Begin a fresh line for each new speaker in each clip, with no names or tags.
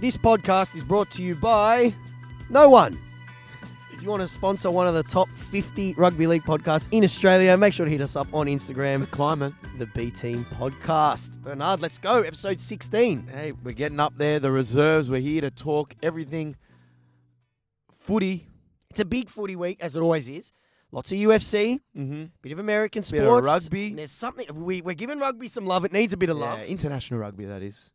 This podcast is brought to you by no one. If you want to sponsor one of the top 50 rugby league podcasts in Australia, make sure to hit us up on Instagram,
Climate.
the B Team Podcast. Bernard, let's go. Episode 16.
Hey, we're getting up there. The reserves. We're here to talk everything footy.
It's a big footy week, as it always is. Lots of UFC,
Mm-hmm.
bit of American sports,
Bit of rugby.
And there's something we, we're giving rugby some love. It needs a bit of love.
Yeah, international rugby, that is.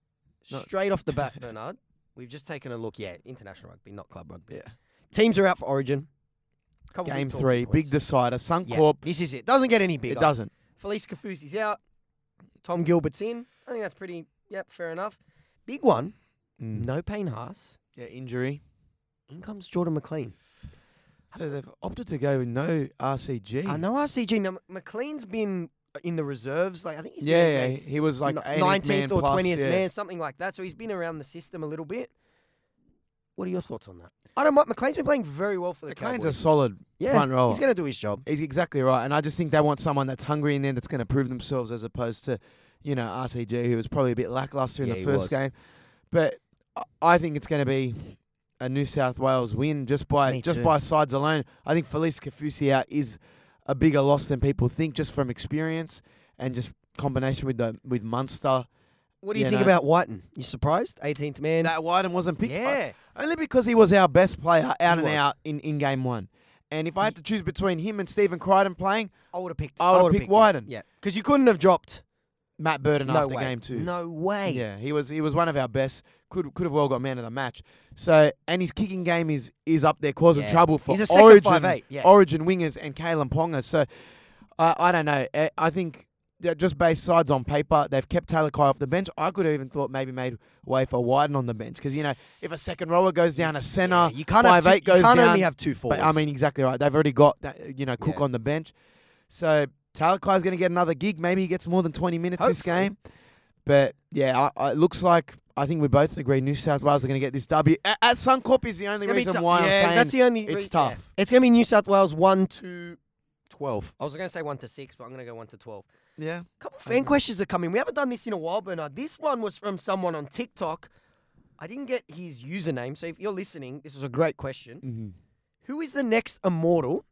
no.
Straight off the bat, Bernard, we've just taken a look. Yeah, international rugby, not club rugby. Teams are out for Origin. Couple
Game
big talking
three,
points.
big decider.
Yeah,
Suncorp.
This is it. Doesn't get any bigger.
It doesn't.
Felice Kafusi's out. Tom Gilbert's in. I think that's pretty. Yep, fair enough. Big one. No pain Haas.
Mm. Yeah, injury.
In comes Jordan McLean.
So they've opted to go with no RCG.
I know RCG. Now McLean's been in the reserves. Like I think he's been in
Yeah,
there
yeah, he was like
n-
19th man
or
plus,
20th
yeah.
man, something like that. So he's been around the system a little bit. What are your thoughts on that? I don't mind. McLean's been playing very well for the
McLean's a
Cowboys.
solid
yeah,
front rower.
he's going to do his job.
He's exactly right, and I just think they want someone that's hungry in there that's going to prove themselves, as opposed to, you know, RCG who was probably a bit lackluster in
Yeah,
the
he
first
was.
game. But I- I think it's going to be a New South Wales win just by
Me
just
too.
by sides alone. I think Felice Kafusi out is a bigger loss than people think, just from experience and just combination with the with Munster.
What do you
Yeah,
think
no.
about Whiten? You surprised? 18th man.
That Wyden wasn't picked.
yeah.
Only because he was our best player out
He
and
was.
out in, in game one. And if I had to choose between him and Stephen Crichton playing,
I would have picked.
I would've
would've
picked
him.
Wyden.
Yeah, because you couldn't have dropped.
Matt Burden
no
after
way.
game two.
No way.
Yeah, he was he was one of our best. Could could have well got man of the match. So and his kicking game is is up there causing
Yeah.
trouble for
He's a second
Origin
5'8", yeah.
Origin wingers and Kalen Ponga. So I I don't know. I, I think yeah, just based sides on paper, they've kept Taylor Kai off the bench. I could have even thought maybe made way for Wyden on the bench because you know if a second roller goes down, a centre,
Yeah, you can't have
five
two,
eight goes
You can't
down.
only have two forwards.
But I mean, exactly right. They've already got that, you know Cook
Yeah.
on the bench, so Talakai's going to get another gig. Maybe he gets more than twenty minutes this
Hopefully.
game. But yeah, I, I, it looks like I think we both agree New South Wales are going to get this W. At, at Suncorp is the only
It's gonna be
reason
tou-
why
yeah,
I'm saying
that's the only.
it's
re- yeah.
tough.
It's going to be New South Wales one to twelve. I was going to say one to six, but I'm going to go one to twelve.
yeah.
couple fan questions are coming. We haven't done this in a while, Bernard. This one was from someone on TikTok. I didn't get his username, so if you're listening, this is a great question.
Mm-hmm.
Who is the next immortal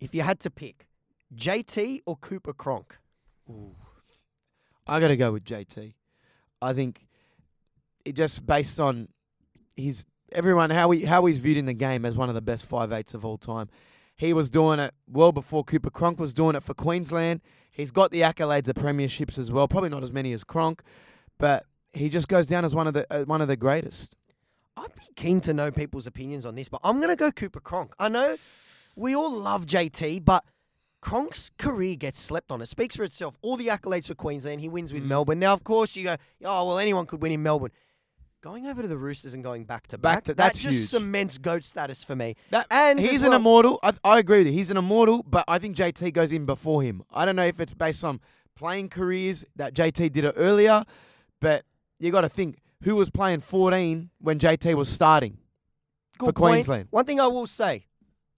if you had to pick? JT or Cooper Cronk?
I got to go with JT. I think it just based on his everyone how he how he's viewed in the game as one of the best five eights of all time. He was doing it well before Cooper Cronk was doing it for Queensland. He's got the accolades of premierships as well, probably not as many as Cronk, but he just goes down as one of the uh, one of the greatest.
I'd be keen to know people's opinions on this, but I'm going to go Cooper Cronk. I know we all love JT, but Cronk's career gets slept on. It speaks for itself. All the accolades for Queensland, he wins with
Mm.
Melbourne. Now, of course, you go, oh, well, anyone could win in Melbourne. Going over to the Roosters and going back to back,
Back to-
that
that's
just
huge.
cements GOAT status for me.
That
And as
he's
well-
an immortal. I, I agree with you. He's an immortal, but I think JT goes in before him. I don't know if it's based on playing careers that JT did it earlier, but you got to think who was playing 14 when JT was starting.
Good
for
point.
Queensland.
One thing I will say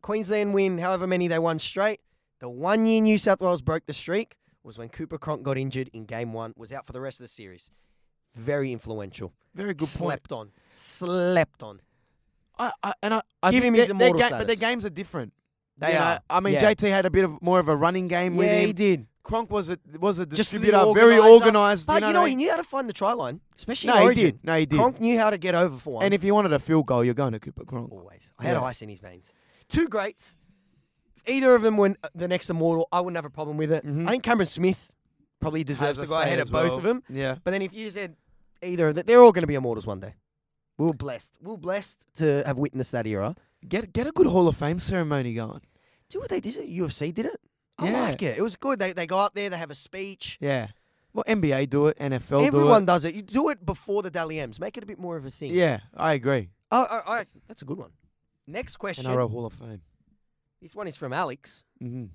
Queensland win however many they won straight. The one year New South Wales broke the streak was when Cooper Cronk got injured in game one, was out for the rest of the series. Very influential.
Very good point.
Slept on. Slept on.
I, I, and I, I
Give him
think
his
their- their
immortal
ga- but their
status.
games are different.
They
You know,
are.
I mean,
Yeah.
JT had a bit of more of a running game with
yeah,
him.
he did.
Cronk was a was a
Just a bit
distributor, very
organiser.
organised.
But you
what
know,
I
he
mean?
knew how to find the try line, especially in
no, he
Origin.
did. No, he did.
Cronk knew how to get over for one.
and if you wanted a field goal, you're going to Cooper Cronk.
always, I had
Yeah.
ice in his veins. Two greats. If either of them were uh, the next immortal, I wouldn't have a problem with it.
Mhm.
I think Cameron Smith probably deserves
Has a
to go
say
ahead
as
of both
well.
of them.
Yeah.
But then if you said either of them, they're all going to be immortals one day. We We're blessed. We We're blessed to have witnessed that era.
Get get a good Hall of Fame ceremony going.
Do what they did. UFC did it. I
Yeah.
like it. It was good. They, they go up there. They have a speech.
Yeah. Well, NBA do it, NFL
Everyone
do
does it. You do it before the Dally M's. Make it a bit more of a
it.
thing.
Yeah, I agree.
Oh, oh, oh, that's a good one. Next question.
NRL Hall of Fame.
This one is from Alex.
Mm-hmm.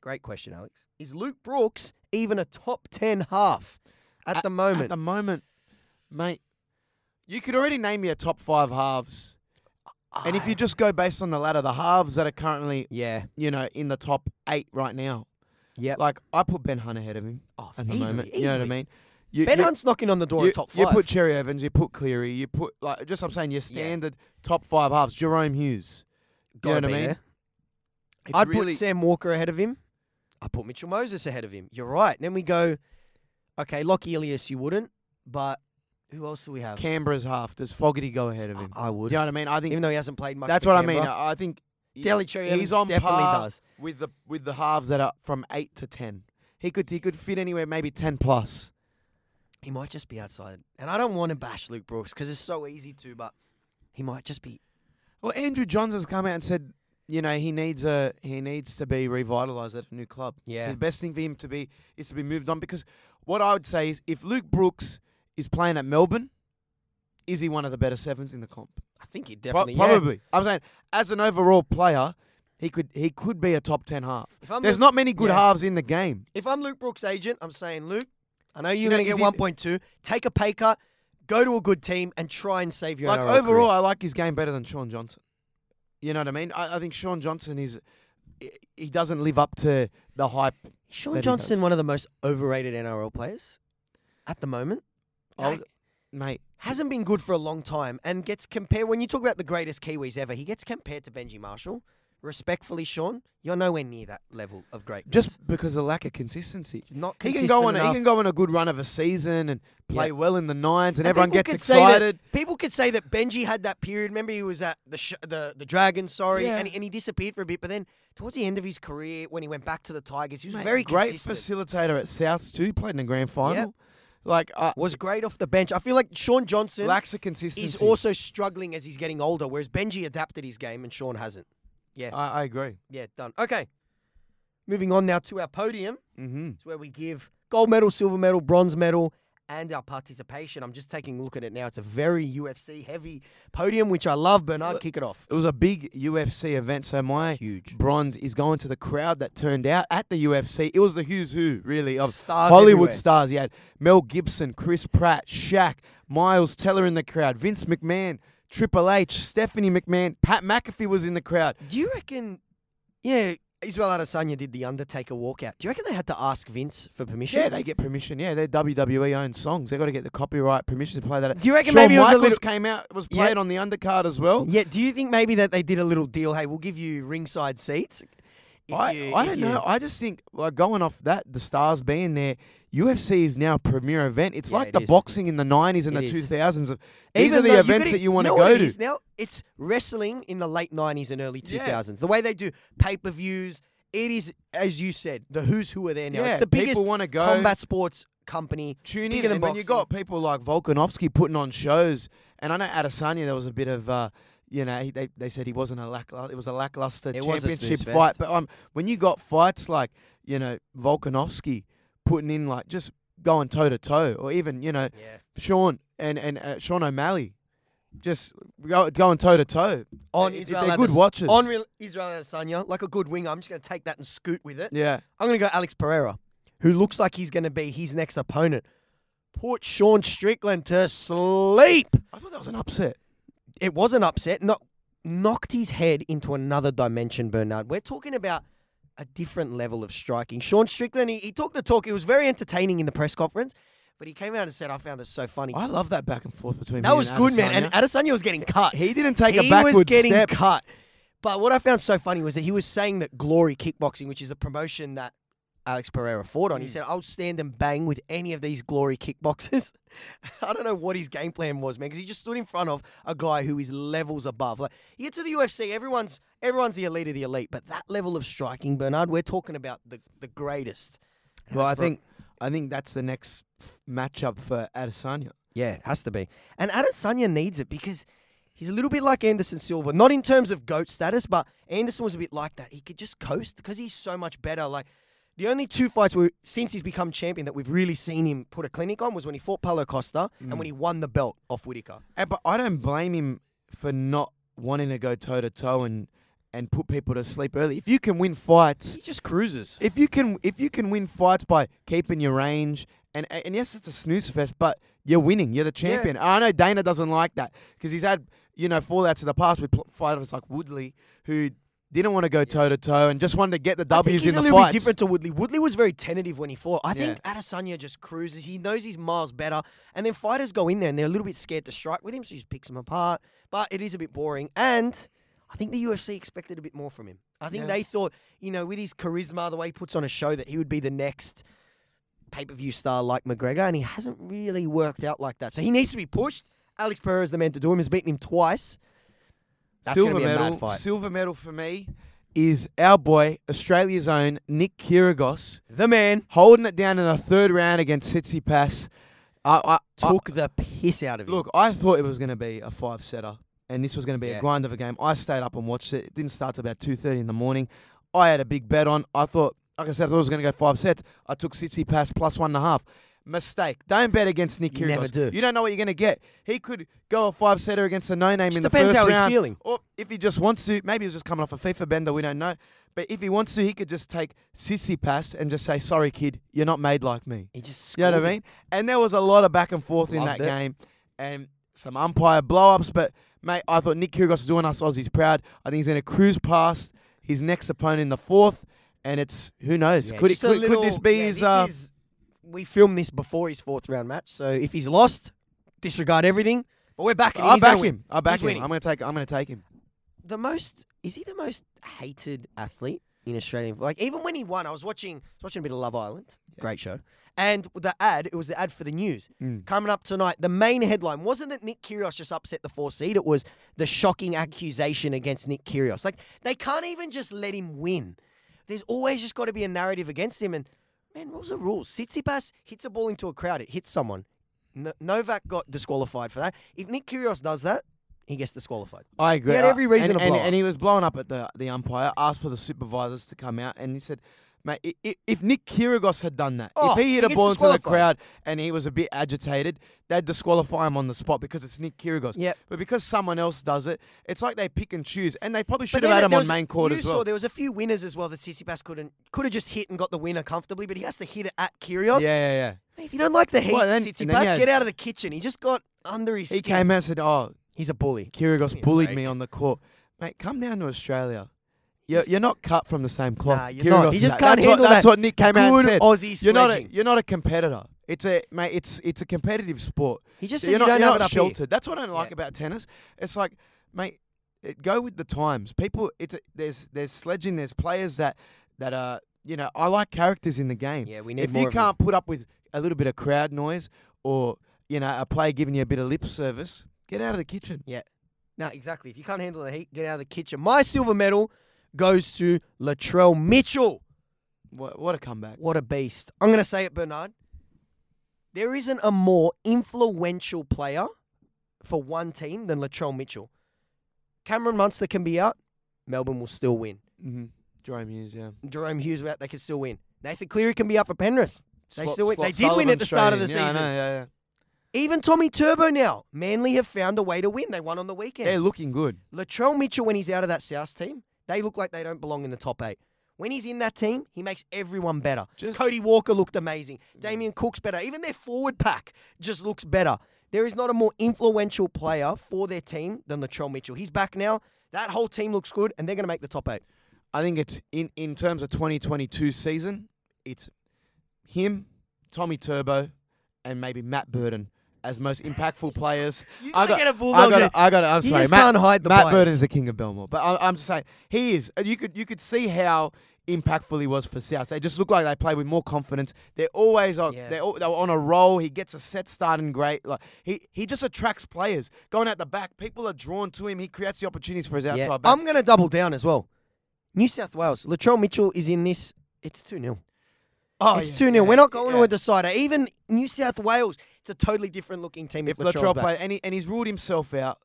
Great question, Alex. Is Luke Brooks even a top 10 half at, the moment?
At the moment, mate, you could already name me a top five halves. And if
I-
you just go based on the ladder, the halves that are currently,
Ah, Yeah.
you know, in the top eight right now.
Yeah.
Like, I put Ben Hunt ahead of him
Oh,
at the
easily,
moment. You know what I
easily.
mean? You,
Ben
you-
Hunt's knocking on the door
you,
of top five.
you put Cherry Evans, you put Cleary, you put like just I'm saying your standard top five halves. Jerome Hughes.
Gotta
you know what
be
I mean?
there.
It's
I'd
really-
put Sam Walker ahead of him. I put Mitchell Moses ahead of him. You're right. then we go, okay, Lock Elias, you wouldn't, but who else do we have?
Canberra's half. Does Fogarty go ahead of
I,
him?
I would,
Do you know what I mean? I think
even though he hasn't played much.
that's
for
what I mean.
Canberra.
I I think he-
Delicherry
he's on
definitely
par
does.
with the with the halves that are from eight to ten. He could he could fit anywhere, maybe ten plus.
He might just be outside, and I don't want to bash Luke Brooks because it's so easy to, but he might just be.
Well, Andrew Johns has come out and said, you know, he needs a he needs to be revitalized at a new club.
Yeah.
the best thing for him to be is to be moved on because what I would say is if Luke Brooks is playing at Melbourne, is he one of the better sevens in the comp?
I think he
Pro-
definitely yeah.
probably. I'm saying as an overall player, he could he could be a top ten half.
If I'm,
There's
Luke,
not many good
yeah.
halves in the game.
if I'm Luke Brooks' agent, I'm saying Luke, I know you're
You know,
going to get
is he-
1.2. Take a pay cut, go to a good team, and try and save your
Like
NRL career.
overall, I like his game better than Sean Johnson. You know what I mean? I, I think Sean Johnson is he- he doesn't live up to the hype.
Sean
that he
Johnson,
does.
one of the most overrated NRL players at the moment.
I'll-
Like,
mate,
hasn't been good for a long time and gets compared. When you talk about the greatest Kiwis ever, he gets compared to Benji Marshall. Respectfully, Sean, you're nowhere near that level of greatness.
just because of lack of consistency.
not
He can go on. A,
enough.
he can go on a good run of a season and play
Yeah.
well in the nines, and,
And
everyone
people
gets
could say that-
excited.
people could say that Benji had that period. Remember, he was at the sh- the the Dragons, sorry,
Yeah.
and, and he disappeared for a bit. But then towards the end of his career, when he went back to the Tigers, he was
Mate,
very
great
consistent.
facilitator at Souths too. Played in the grand final. Like uh,
was great off the bench. I feel like Sean Johnson
lacks of consistency.
is also struggling as he's getting older, whereas Benji adapted his game and Sean hasn't.
I, I agree.
Yeah, done. Okay. Moving on now to our podium.
Mm-hmm.
It's where we give gold medal, silver medal, bronze medal, and our participation. I'm just taking a look at it now. It's a very UFC heavy podium, which I love. Bernard,
Look-
kick it off.
It was a big UFC event, so my
Huge.
bronze is going to the crowd that turned out at the UFC. It was the who's who, really, of
Stars
Hollywood
everywhere.
stars. You had Mel Gibson, Chris Pratt, Shaq, Miles Teller in the crowd, Vince McMahon, Triple H, Stephanie McMahon, Pat McAfee was in the crowd.
Do you reckon? Yeah, Israel Adesanya did the Undertaker walkout. Do you reckon they had to ask Vince for permission?
Yeah, they get permission. Yeah, they're WWE owned songs. They got to get the copyright permission to play that.
Do you reckon
Shawn
maybe it was a
Michaels
little?
came out was
Yeah.
played on the undercard as well.
Yeah. Do you think maybe that they did a little deal? Hey, we'll give you ringside seats. if
I,
you-
I
if
don't
you-
know. I just think like going off that, the stars being there, UFC is now a premier event. It's
Yeah,
like
it
the
is.
boxing in the nineties and
It
the
is.
two thousands. Of these are
though
the
you
events
gotta-
that you want
know
to
what
go
it
to.
is Now it's wrestling in the late '90s and early 2000s.
Yeah.
The way they do pay-per-views, it is as you said, the who's who are there now.
yeah,
it's the biggest
people want to go
combat sports company.
tune in,
bigger than
and when you
boxing.
got people like Volkanovski putting on shows, and I know Adesanya, there was a bit of. Uh, you know, he, they, they said he wasn't a lackluster. It was a lackluster
It was a snooze
championship
fest.
fight. But um, when you got fights like you know Volkanovski putting in like just going toe to toe, or even you know
Yeah.
Sean and and uh, Sean O'Malley, just go, going toe to toe.
On
They-
Israel
they're good
Ades-
watches.
On Real Israel Adesanya, like a good winger, I'm just going to take that and scoot with it.
yeah,
I'm going to go Alex Pereira, who looks like he's going to be his next opponent. Put Sean Strickland to sleep.
I thought that was an upset.
it was an upset. Not knocked his head into another dimension, Bernard. We're talking about a different level of striking. Sean Strickland, he, he talked the talk. It was very entertaining in the press conference, but he came out and said, "I found this so funny."
I love that back and forth between
that
me
was
and
good, man.
Adesanya.
And Adesanya was getting cut.
he didn't take a
He
backward
was getting
step.
cut. But what I found so funny was that he was saying that Glory Kickboxing, which is a promotion that Alex Pereira fought
Hmm.
on, he said, I'll stand and bang with any of these Glory Kickboxers. I don't know what his game plan was, man, because he just stood in front of a guy who is levels above. Like you get to the UFC, everyone's everyone's the elite of the elite, but that level of striking, Bernard, we're talking about the, the greatest. And
Well, I
that's for-
think I think that's the next f- matchup for Adesanya.
Yeah, it has to be. And Adesanya needs it because he's a little bit like Anderson Silva, not in terms of GOAT status, but Anderson was a bit like that. He could just coast because he's so much better. Like, the only two fights where, since he's become champion that we've really seen him put a clinic on was when he fought Paulo Costa and when he won the belt off Whitaker.
Eh, But I don't blame him for not wanting to go toe to toe and and put people to sleep early. If you can win fights,
He just cruises.
if you can if you can win fights by keeping your range and and yes it's a snooze fest but you're winning you're the champion i know dana doesn't like that because he's had you know fallouts in the past with pl- fighters like woodley who didn't want to go toe to toe and just wanted to get the
I think
W's
he's
in the
a little bit
fights.
different to Woodley. Woodley was very tentative when he fought. I think
Yeah.
Adesanya just cruises. He knows his miles better, and then fighters go in there and they're a little bit scared to strike with him, so he just picks him apart. But it is a bit boring, and I think the UFC expected a bit more from him. I think
Yeah.
they thought, you know, with his charisma, the way he puts on a show, that he would be the next pay per view star like McGregor, and he hasn't really worked out like that. So he needs to be pushed. Alex Pereira is the man to do him. He's beaten him twice. That's
silver
gonna be
medal.
a mad fight.
Silver medal for me is our boy, Australia's own Nick Kyrgios,
the man
holding it down in the third round against Sitsi Pass. I, I, I-
took the piss out of him.
Look, I thought it was going to be a five setter, and this was going to be
Yeah.
a grind of a game. I stayed up and watched it. It didn't start till about two thirty in the morning. I had a big bet on. I thought, like I said, I thought it was going to go five sets. I took Sitsi pass plus one and a half. Mistake. Don't bet against Nick
You
Kyrgios.
never do.
You don't know what you're going to get. He could go a five setter against a no name in the
depends
first
how he's
round,
feeling.
or if he just wants to. Maybe he's just coming off a FIFA bender. We don't know. But if he wants to, he could just take Sitsi pass and just say, "Sorry, kid, you're not made like me."
He just
You know what
scored
I
it.
mean? And there was a lot of back and forth in
Loved
that
it.
game and some umpire blow ups. But, mate, I thought Nick Kyrgios is doing us Aussies proud. I think he's going to cruise past his next opponent in the fourth. And it's, who knows?
Yeah,
could, it,
just a
could, could
little-
this be
yeah,
his.
this
uh,
is- we filmed this before his fourth round match, so if he's lost, disregard everything. But we're backing him.
I
He's gonna
back
win.
him. I back
He's
him.
winning.
I'm going to take. I'm going to take him.
The most is he the most hated athlete in Australian? Like even when he won, I was watching I was watching a bit of Love Island. Great show. And the ad, it was the ad for the news coming up tonight. The main headline wasn't that Nick Kyrgios just upset the four seed. It was the shocking accusation against Nick Kyrgios. Like they can't even just let him win. There's always just got to be a narrative against him. And man, rules are rules. Tsitsipas hits a ball into a crowd. It hits someone. No- Novak got disqualified for that. If Nick Kyrgios does that, he gets disqualified.
I agree.
had
I-
every reason
and,
to
and,
blow up.
and he was blowing up at the, the umpire, asked for the supervisors to come out, and he said, Mate, i- i- if Nick Kyrgios had done that,
Oh,
if he
he
hit a
gets
ball into the
disqualified.
crowd and he was a bit agitated, they'd disqualify him on the spot because it's Nick Kyrgios.
Yep.
But because someone else does it, it's like they pick and choose, and they probably should
But
have had
then
him
there
on
was-
main court
you
as
Saw
well.
there was a few winners as well that Tsitsipas couldn't could have just hit and got the winner comfortably, but he has to hit it at Kyrgios.
yeah, yeah,
If you don't like the heat,
Well, then- and then
Tsitsipas,
he had-
get out of the kitchen. He just got under his.
yeah. He
skin.
came out and said, Oh,
He's a bully.
Kyrgios
me a
bullied
break.
me on the court. Mate, come down to Australia. You're, you're not cut from the same cloth.
Nah, you're not.
Kyrgios
He
is
just
that.
can't
that's
handle
what, That's
that
what Nick came out
Good
and said.
Aussie
you're not a,
sledging.
you're not a competitor. It's a mate. It's it's a competitive sport.
He just said
you're
you
not,
don't
you're
have it
not
up here.
sheltered. That's what I don't like
Yeah.
about tennis. It's like, mate, it, go with the times. People, it's a, there's there's sledging. There's players that that are you know I like characters in the game.
Yeah, we need
If
more
you
of them.
can't put up with a little bit of crowd noise or you know a player giving you a bit of lip service, get out of the kitchen.
No, exactly. If you can't handle the heat, get out of the kitchen. My silver medal goes to Latrell Mitchell.
What, what a comeback!
What a beast. I'm going to say it, Bernard. There isn't a more influential player for one team than Latrell Mitchell. Cameron Munster can be out. Melbourne will still win.
Mm-hmm. Jerome Hughes, yeah.
Jerome Hughes out. They can still win. Nathan Cleary can be out for Penrith. They
Slot-
still win.
slot
They did win at the
Sullivan
start of the
straight in. Yeah, I
season.
know, yeah, yeah.
Even Tommy Turbo now. Manly have found a way to win. They won on the weekend.
They're looking good.
Latrell Mitchell, when he's out of that South team, they look like they don't belong in the top eight. When he's in that team, he makes everyone better.
Just- Mm.
Cody Walker looked amazing. Damien Cook's better. Even their forward pack just looks better. There is not a more influential player for their team than Latrell Mitchell. He's back now. That whole team looks good, and they're going to make the top eight.
I think it's in, in terms of 2022 season, it's him, Tommy Turbo, and maybe Matt Burden as most impactful players.
You
I
gotta
got,
get a
I
bulldog
got,
in-
I got, I'm
You
sorry,
just
Matt,
can't hide the
Matt
bias.
Burden is the king of Belmore, but I, I'm just saying he is. You could you could see how impactful he was for South. They just look like they play with more confidence. They're always on.
Yeah.
They're, al- they're on a roll. He gets a set start and great. Like he he just attracts players going out the back. People are drawn to him. He creates the opportunities for his outside
Yeah.
back.
I'm going to double down as well. New South Wales. Latrell Mitchell is in this. It's 2 0.
Oh,
it's 2
yeah,
0.
yeah,
We're not going
yeah.
to a decider. Even New South Wales, it's a totally different looking team.
if
Latrell's
Latrell
back.
played, and, he, and he's ruled himself out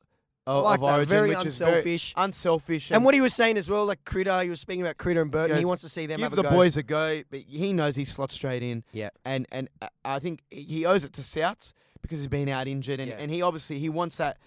of,
Like
of
that,
Origin,
very
which is
unselfish.
very unselfish.
And what he was saying as well, like Critter, he was speaking about Critter and Burton. He
Goes,
wants to see them
give
have
the
a go.
boys a go, but he knows he slots straight in.
Yeah.
and and uh, I think he owes it to Souths because he's been out injured, and,
Yeah.
and he obviously he wants that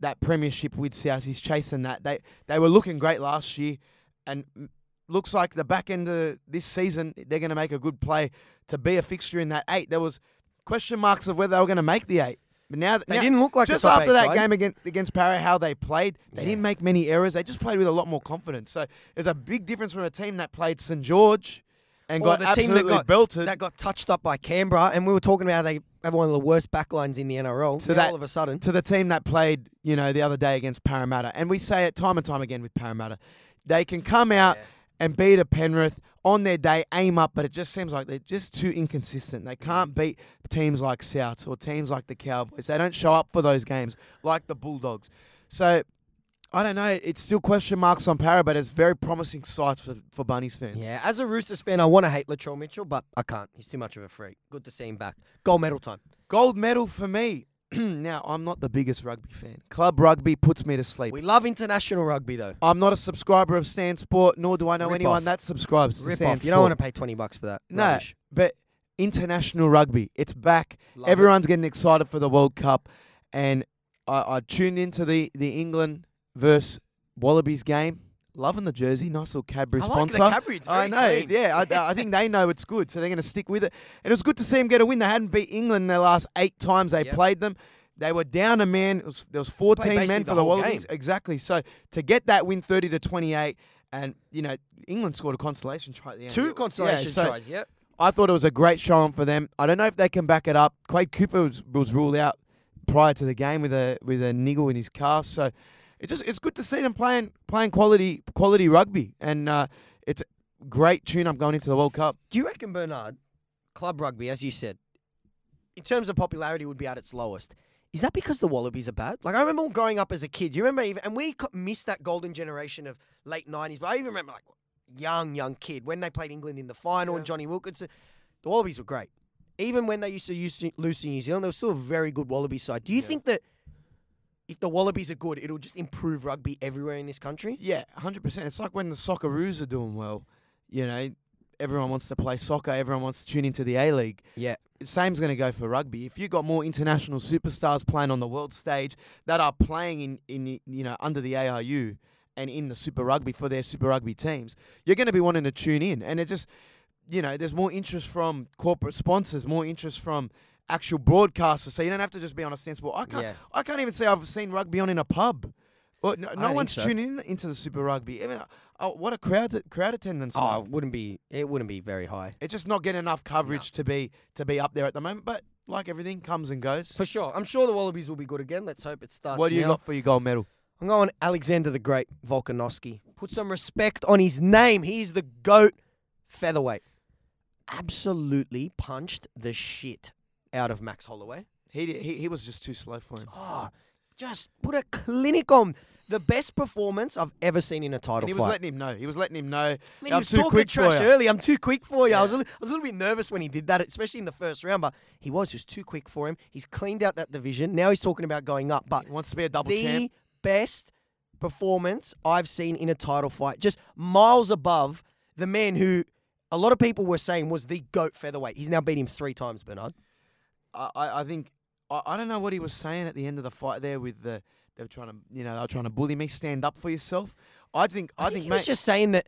that premiership with Souths. He's chasing that. They they were looking great last year, and m- looks like the back end of this season they're going to make a good play to be a fixture in that eight. There was question marks of whether they were going to make the eight. But now,
They
now
didn't look like a
just
top
after
eight
that
side.
game against against Parra, how they played, they
Yeah.
didn't make many errors. They just played with a lot more confidence. So there's a big difference from a team that played St George and
Or
got absolutely belted
that got touched up by Canberra, and we were talking about how they have one of the worst backlines in the NRL.
So
Now
that-
all of a sudden,
to the team that played, you know, the other day against Parramatta. And we say it time and time again with Parramatta, they can come out and beat a Penrith on their day, aim up, but it just seems like they're just too inconsistent. They can't beat teams like Souths or teams like the Cowboys. They don't show up for those games like the Bulldogs. So I don't know. It's still question marks on Para, but it's very promising sights for, for Bunnies fans.
yeah. As a Roosters fan, I want to hate Latrell Mitchell, but I can't. He's too much of a freak. Good to see him back. Gold medal time.
Gold medal for me. now, I'm not the biggest rugby fan. Club rugby puts me to sleep.
We love international rugby though.
I'm not a subscriber of Stan Sport, nor do I know
Rip
anyone
off.
that subscribes to
Rip
Stan
off. You don't want
Sport.
to pay twenty bucks for that.
No,
Rubbish.
but international rugby, it's back.
Love it.
Everyone's getting excited for the World Cup, and I, I tuned into the the England versus Wallabies game. Loving the jersey, nice little Cadbury
I like
sponsor.
the Cadbury. It's
I
very
know,
clean.
yeah. I, I think they know it's good, so they're going to stick with it. And it was good to see them get a win. They hadn't beat England in their last eight times they
Yep.
played them. They were down a man. It was, there was 14
basically
men
the
for the
whole
Wallabies.
game.
Exactly. So to get that win, 30 to 28, and you know England scored a consolation try at the end.
Two
Yeah,
consolation
so
tries. Yeah.
I thought it was a great showing for them. I don't know if they can back it up. Quade Cooper was, was ruled out prior to the game with a with a niggle in his calf, so it just it's good to see them playing playing quality quality rugby, and uh, it's a great tune up going into the World Cup.
Do you reckon Bernard, club rugby, as you said, in terms of popularity, would be at its lowest? Is that because the Wallabies are bad? Like I remember growing up as a kid. You remember even, and we co- missed that golden generation of late '90s. But I even remember like young, young kid when they played England in the final and Johnny Wilkinson. The Wallabies were great. Even when they used to use, lose to New Zealand, they were still a very good Wallaby side. Do you think that if the Wallabies are good, it'll just improve rugby everywhere in this country?
Yeah, hundred percent. It's like when the Socceroos are doing well, you know, everyone wants to play soccer, everyone wants to tune into the A League.
Yeah.
same's going to go for rugby. If you've got more international superstars playing on the world stage that are playing in, in you know under the ARU and in the Super Rugby for their Super Rugby teams, you're going to be wanting to tune in. And it just you know there's more interest from corporate sponsors, more interest from actual broadcasters. So you don't have to just be on a stand sport. I can't
Yeah.
I can't even say I've seen rugby on in a pub. Well, no, no
think
one's
so.
tuning in into the Super Rugby. I mean, oh, what a crowd crowd attendance!
Oh,
like.
it wouldn't be. It wouldn't be very high.
It's just not getting enough coverage to be to be up there at the moment. But like everything, comes and goes.
For sure. I'm sure the Wallabies will be good again. Let's hope it starts.
what do you
now.
got for your gold medal?
I'm going Alexander the Great Volkanovski. Put some respect on his name. He's the GOAT featherweight. Absolutely punched the shit out of Max Holloway.
He, di- he he was just too slow for him.
Oh, just put a clinic on. The best performance I've ever seen in a title
And he
fight.
was letting him know. He was letting him know.
I mean, he
I'm
was
too
talking
quick
trash
for you.
early. I'm too quick for you. I, was a
Yeah.
little, I was a little bit nervous when he did that, especially in the first round, but he was. He was too quick for him. He's cleaned out that division. Now he's talking about going up, but
He wants to be a double
the
champ.
best performance I've seen in a title fight, just miles above the man who a lot of people were saying was the goat featherweight. He's now beat him three times, Bernard.
I, I I think I, I don't know what he was saying at the end of the fight there with the they were trying to you know they were trying to bully me. Stand up for yourself. I think I, think
he
mate.
was just saying that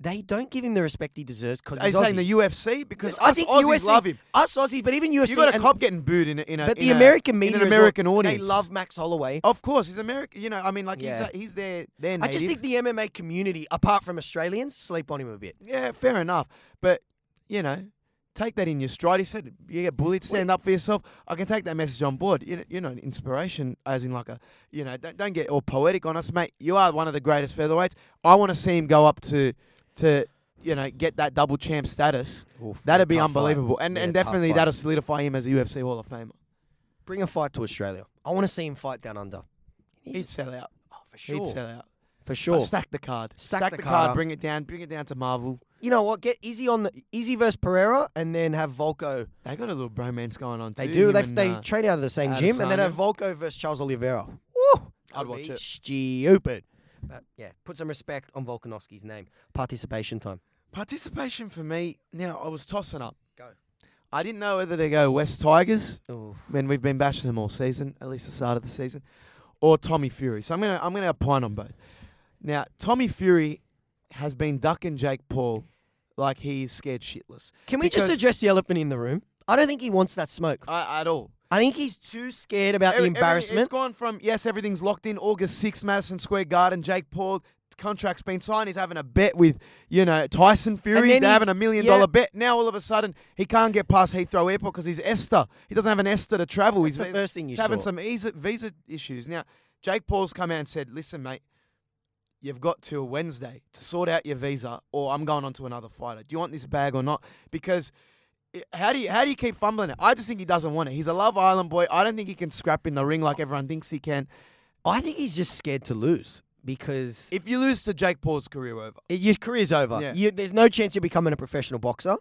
they don't give him the respect he deserves because
are you
he's Aussie.
saying the UFC because
I
us
think
Aussies
UFC
love him.
Us Aussies, but even UFC.
You got a
and-
cop getting booed in a, in a
but the
in a-
American media,
in
as
an
well,
American audience.
they love Max Holloway.
Of course, he's American. You know, I mean, like
Yeah.
he's a, he's their their
I
native.
just think the MMA community, apart from Australians, sleep on him a bit.
yeah, fair enough. But you know, take that in your stride. He said, "You get bullied, stand up for yourself." I can take that message on board. You know, you know, an inspiration, as in like a, you know, don't, don't get all poetic on us, mate. You are one of the greatest featherweights. I want to see him go up to to. You know, get that double champ status.
Oof,
That'd be
tough fight.
unbelievable, and
Yeah,
and
tough
definitely
fight.
that'll solidify him as a UFC Hall of Famer.
Bring a fight to Australia. I want to see him fight down under. He's-
He'd sell out.
oh, for
He'd
sure.
sell out.
For
But
sure.
stack the card.
Stack the
the,
card
card.
up.
Bring it down. Bring it down to Marvel.
You know what? Get Izzy on the Izzy versus Pereira, and then have Volko.
They got a little bromance going on.
They
too,
do.
him
They,
and,
they
uh,
train out of the same gym, and then
Adesanya.
have Volko versus Charles Oliveira. Woo! That'd
watch
be
it.
Stupid. But yeah, put some respect on Volkanovski's name. Participation time.
Participation for me. Now I was tossing up.
Go.
I didn't know whether to go West Tigers
Ooh.
when we've been bashing them all season, at least the start of the season, or Tommy Fury. So I'm gonna I'm gonna opine on both. Now Tommy Fury has been ducking Jake Paul like he's scared shitless
Can we just
Because-
address the elephant in the room? I don't think he wants that smoke.
I, uh, at all.
I think he's too scared about
Every-
the
everything- It's
embarrassment.
gone from yes, everything's locked in. August 6th, Madison Square Garden. Jake Paul contract's been signed. He's having a bet with you know Tyson Fury.
then
They're
he's-
having a million
yeah.
dollar bet. Now all of a sudden he can't get past Heathrow Airport because he's Esther. He doesn't have an Esther to travel.
That's
he's
the first thing you
he's having
saw.
some visa, visa issues. Now Jake Paul's come out and said, "Listen, mate." You've got till Wednesday to sort out your visa, or I'm going on to another fighter. Do you want this bag or not? Because eh, how do you how do you keep fumbling it? I just think he doesn't want it. He's a Love Island boy. I don't think he can scrap in the ring like everyone thinks he can.
I think he's just scared to lose because
If you lose to Jake Paul's career over,
it- your career's over.
Yeah.
You, there's no chance you're becoming a professional boxer.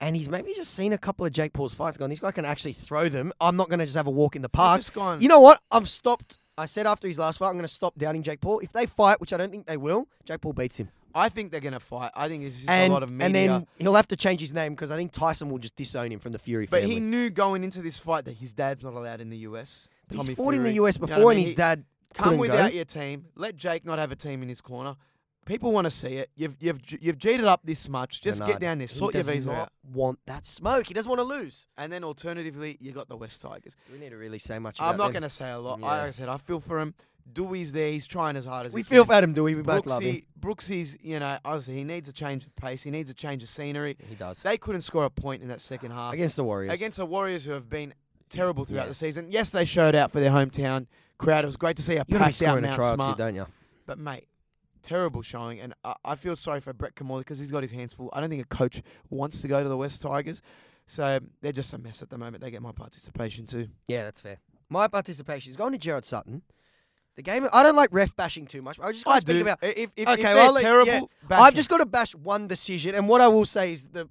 And he's maybe just seen a couple of Jake Paul's fights, gone, this guy can actually throw them. I'm not going to just have a walk in the
I've
park.
just gone.
You know what? I've stopped. I said after his last fight, I'm going to stop doubting Jake Paul. If they fight, which I don't think they will, Jake Paul beats him.
I think they're gonna fight. I think it's just
and,
a lot of media.
and then he'll have to change his name because I think Tyson will just disown him from the Fury
but
family.
he knew going into this fight that his dad's not allowed in the US.
But he's
Tommy
fought in
Fury.
the US
You know
before,
what I mean?
and his
He-
dad
Come
couldn't
without
go.
your team. Let Jake not have a team in his corner. People want to see it. You've you've you've cheated up this much. Just
Bernard,
get down there,
he
sort your
does
visa
not
out,
Want that smoke? He doesn't want to lose.
and then alternatively, you got the West Tigers.
Do we need to really say much?
I'm
about
not
them?
going to say a lot.
Yeah.
Like I said, I feel for him. Dewey's there. He's trying as hard as
We
he
feel
can.
for Adam Dewey. We both love him.
Brooksy, Brooksy's, you know, honestly, he needs a change of pace. He needs a change of scenery.
He does
They couldn't score a point in that second half
against the Warriors.
against the Warriors, who have been terrible throughout
Yeah.
the season. Yes, they showed out for their hometown crowd. It was great to see a
you got to be
packed out
scoring a
Mount
try or two,
Smart.
don't you?
But mate, terrible showing, and I, I feel sorry for Brett Kamala because he's got his hands full. I don't think a coach wants to go to the West Tigers, so they're just a mess at the moment. They get my participation too.
Yeah, that's fair. My participation is going to Jared Sutton. The game. I don't like ref bashing too much. but I just got to speak about.
If, if,
Okay,
if they're
well, I'll let-
terrible,
yeah.
bash
I've
them.
just got to bash one decision, and what I will say is the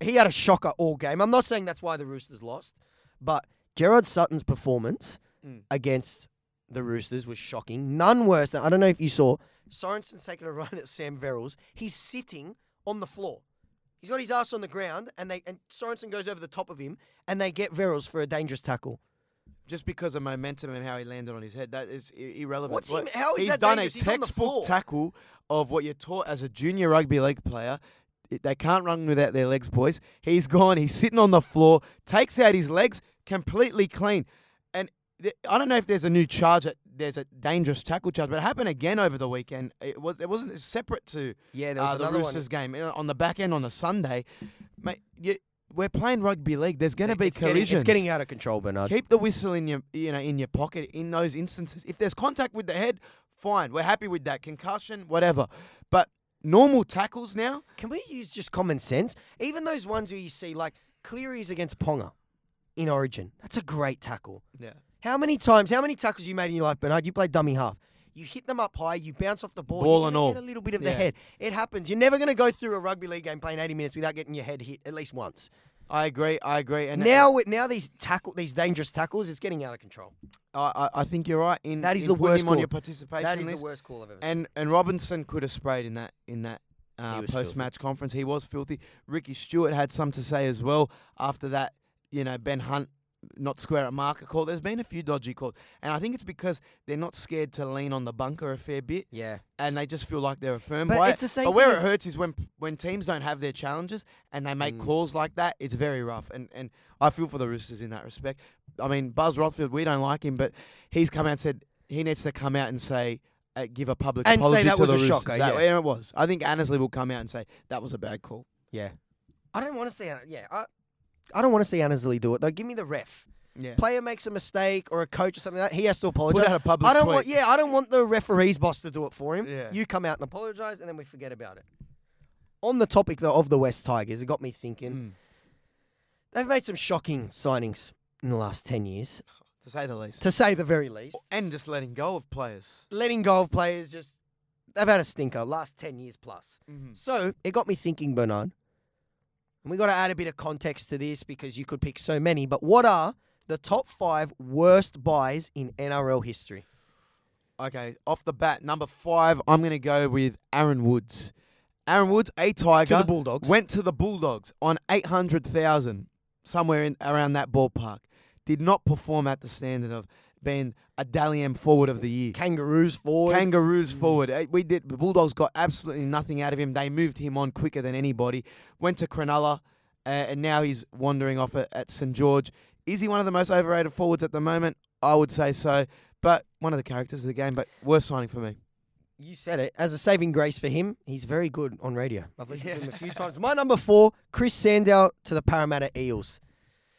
he had a shocker all game. I'm not saying that's why the Roosters lost, but Gerard Sutton's performance
Mm.
against the Roosters was shocking. None worse than I don't know if you saw Sorensen's taking a run at Sam Verrills. He's sitting on the floor. He's got his ass on the ground, and they and Sorensen goes over the top of him, and they get Verrills for a dangerous tackle.
just because of momentum and how he landed on his head. That is i- irrelevant.
What's
Like,
he- how is
he's
that
done
dangerous?
a
He's on the
textbook
floor.
tackle of what you're taught as a junior rugby league player. It- They can't run without their legs, boys. He's gone. He's sitting on the floor, takes out his legs completely clean. And th- I don't know if there's a new charge. That there's a dangerous tackle charge, but it happened again over the weekend. It was it wasn't separate to
Yeah, there was
uh, the
another one.
Roosters game Uh, on the back end on a Sunday, mate. You, we're playing rugby league. There's going to be
it's getting,
collisions.
it's getting out of control, Bernard.
Keep the whistle in your you know in your pocket in those instances. If there's contact with the head, fine. We're happy with that. Concussion, whatever. But normal tackles now,
Can we use just common sense? Even those ones where you see like Cleary's against Ponga in Origin. That's a great tackle.
yeah.
How many times, how many tackles you made in your life, Bernard? You played dummy half. You hit them up high, you bounce off the ball,
Ball
you
and
get
all.
a little bit of the
Yeah.
head. It happens. You're never going to go through a rugby league game playing 80 minutes without getting your head hit at least once.
I agree. I agree. And
now, with- now these tackle, these dangerous tackles, it's getting out of control.
I, I I think you're right. In
That is
in
the
putting
worst
him on
call.
your participation
That is
list.
the worst call I've ever. seen.
And and Robinson could have sprayed in that in that uh,
He was
post match conference. He was filthy. Ricky Stewart had some to say as well after that. You know Ben Hunt not square at marker call. There's been a few dodgy calls, and I think it's because they're not scared to lean on the bunker a fair bit.
yeah,
and they just feel like they're a firm
But
by
it's
it.
the same
But where
thing
it
as-
hurts is when when teams don't have their challenges and they make
Mm.
calls like that. It's very rough, and and I feel for the Roosters in that respect. I mean, Buzz Rothfield, we don't like him, but he's come out and said he needs to come out and say. Uh, give a public
And say
apology
that
to
was
the
a
Roosters.
shocker,
That-
yeah.
and it was. I think Annesley will come out and say that was a bad call.
yeah. I don't want to see. Anna- Yeah, I, I don't want to see Annesley do it though. Give me the ref.
Yeah,
player makes a mistake or a coach or something like that, he has to apologize.
put out a public
I don't
tweet.
want yeah, I don't want the referee's boss to do it for him.
Yeah.
You come out and apologize and then we forget about it. On the topic though of the West Tigers, it got me thinking.
Mm,
They've made some shocking signings in the last 10 years,
to say the least.
to say the very least.
Oh, and just letting go of players.
letting go of players just they've had a stinker last 10 years plus.
Mm-hmm.
So, it got me thinking Bernard. And we got to add a bit of context to this because you could pick so many, but what are the top 5 worst buys in NRL history?
Okay, off the bat, number five, I'm going to go with Aaron Woods. Aaron Woods, a Tiger.
To the Bulldogs.
Went to the Bulldogs on 800,000, somewhere in, around that ballpark. Did not perform at the standard of being a Dally M forward of the year.
Kangaroos forward.
Kangaroos forward. Eh, We did. The Bulldogs got absolutely nothing out of him. They moved him on quicker than anybody. Went to Cronulla, uh, and now he's wandering off at, at St George. Is he one of the most overrated forwards at the moment? I would say so, but one of the characters of the game, but worth signing for me.
You said it. As a saving grace for him, he's very good on radio. I've listened to him a few times. My number four, Chris Sandow to the Parramatta Eels.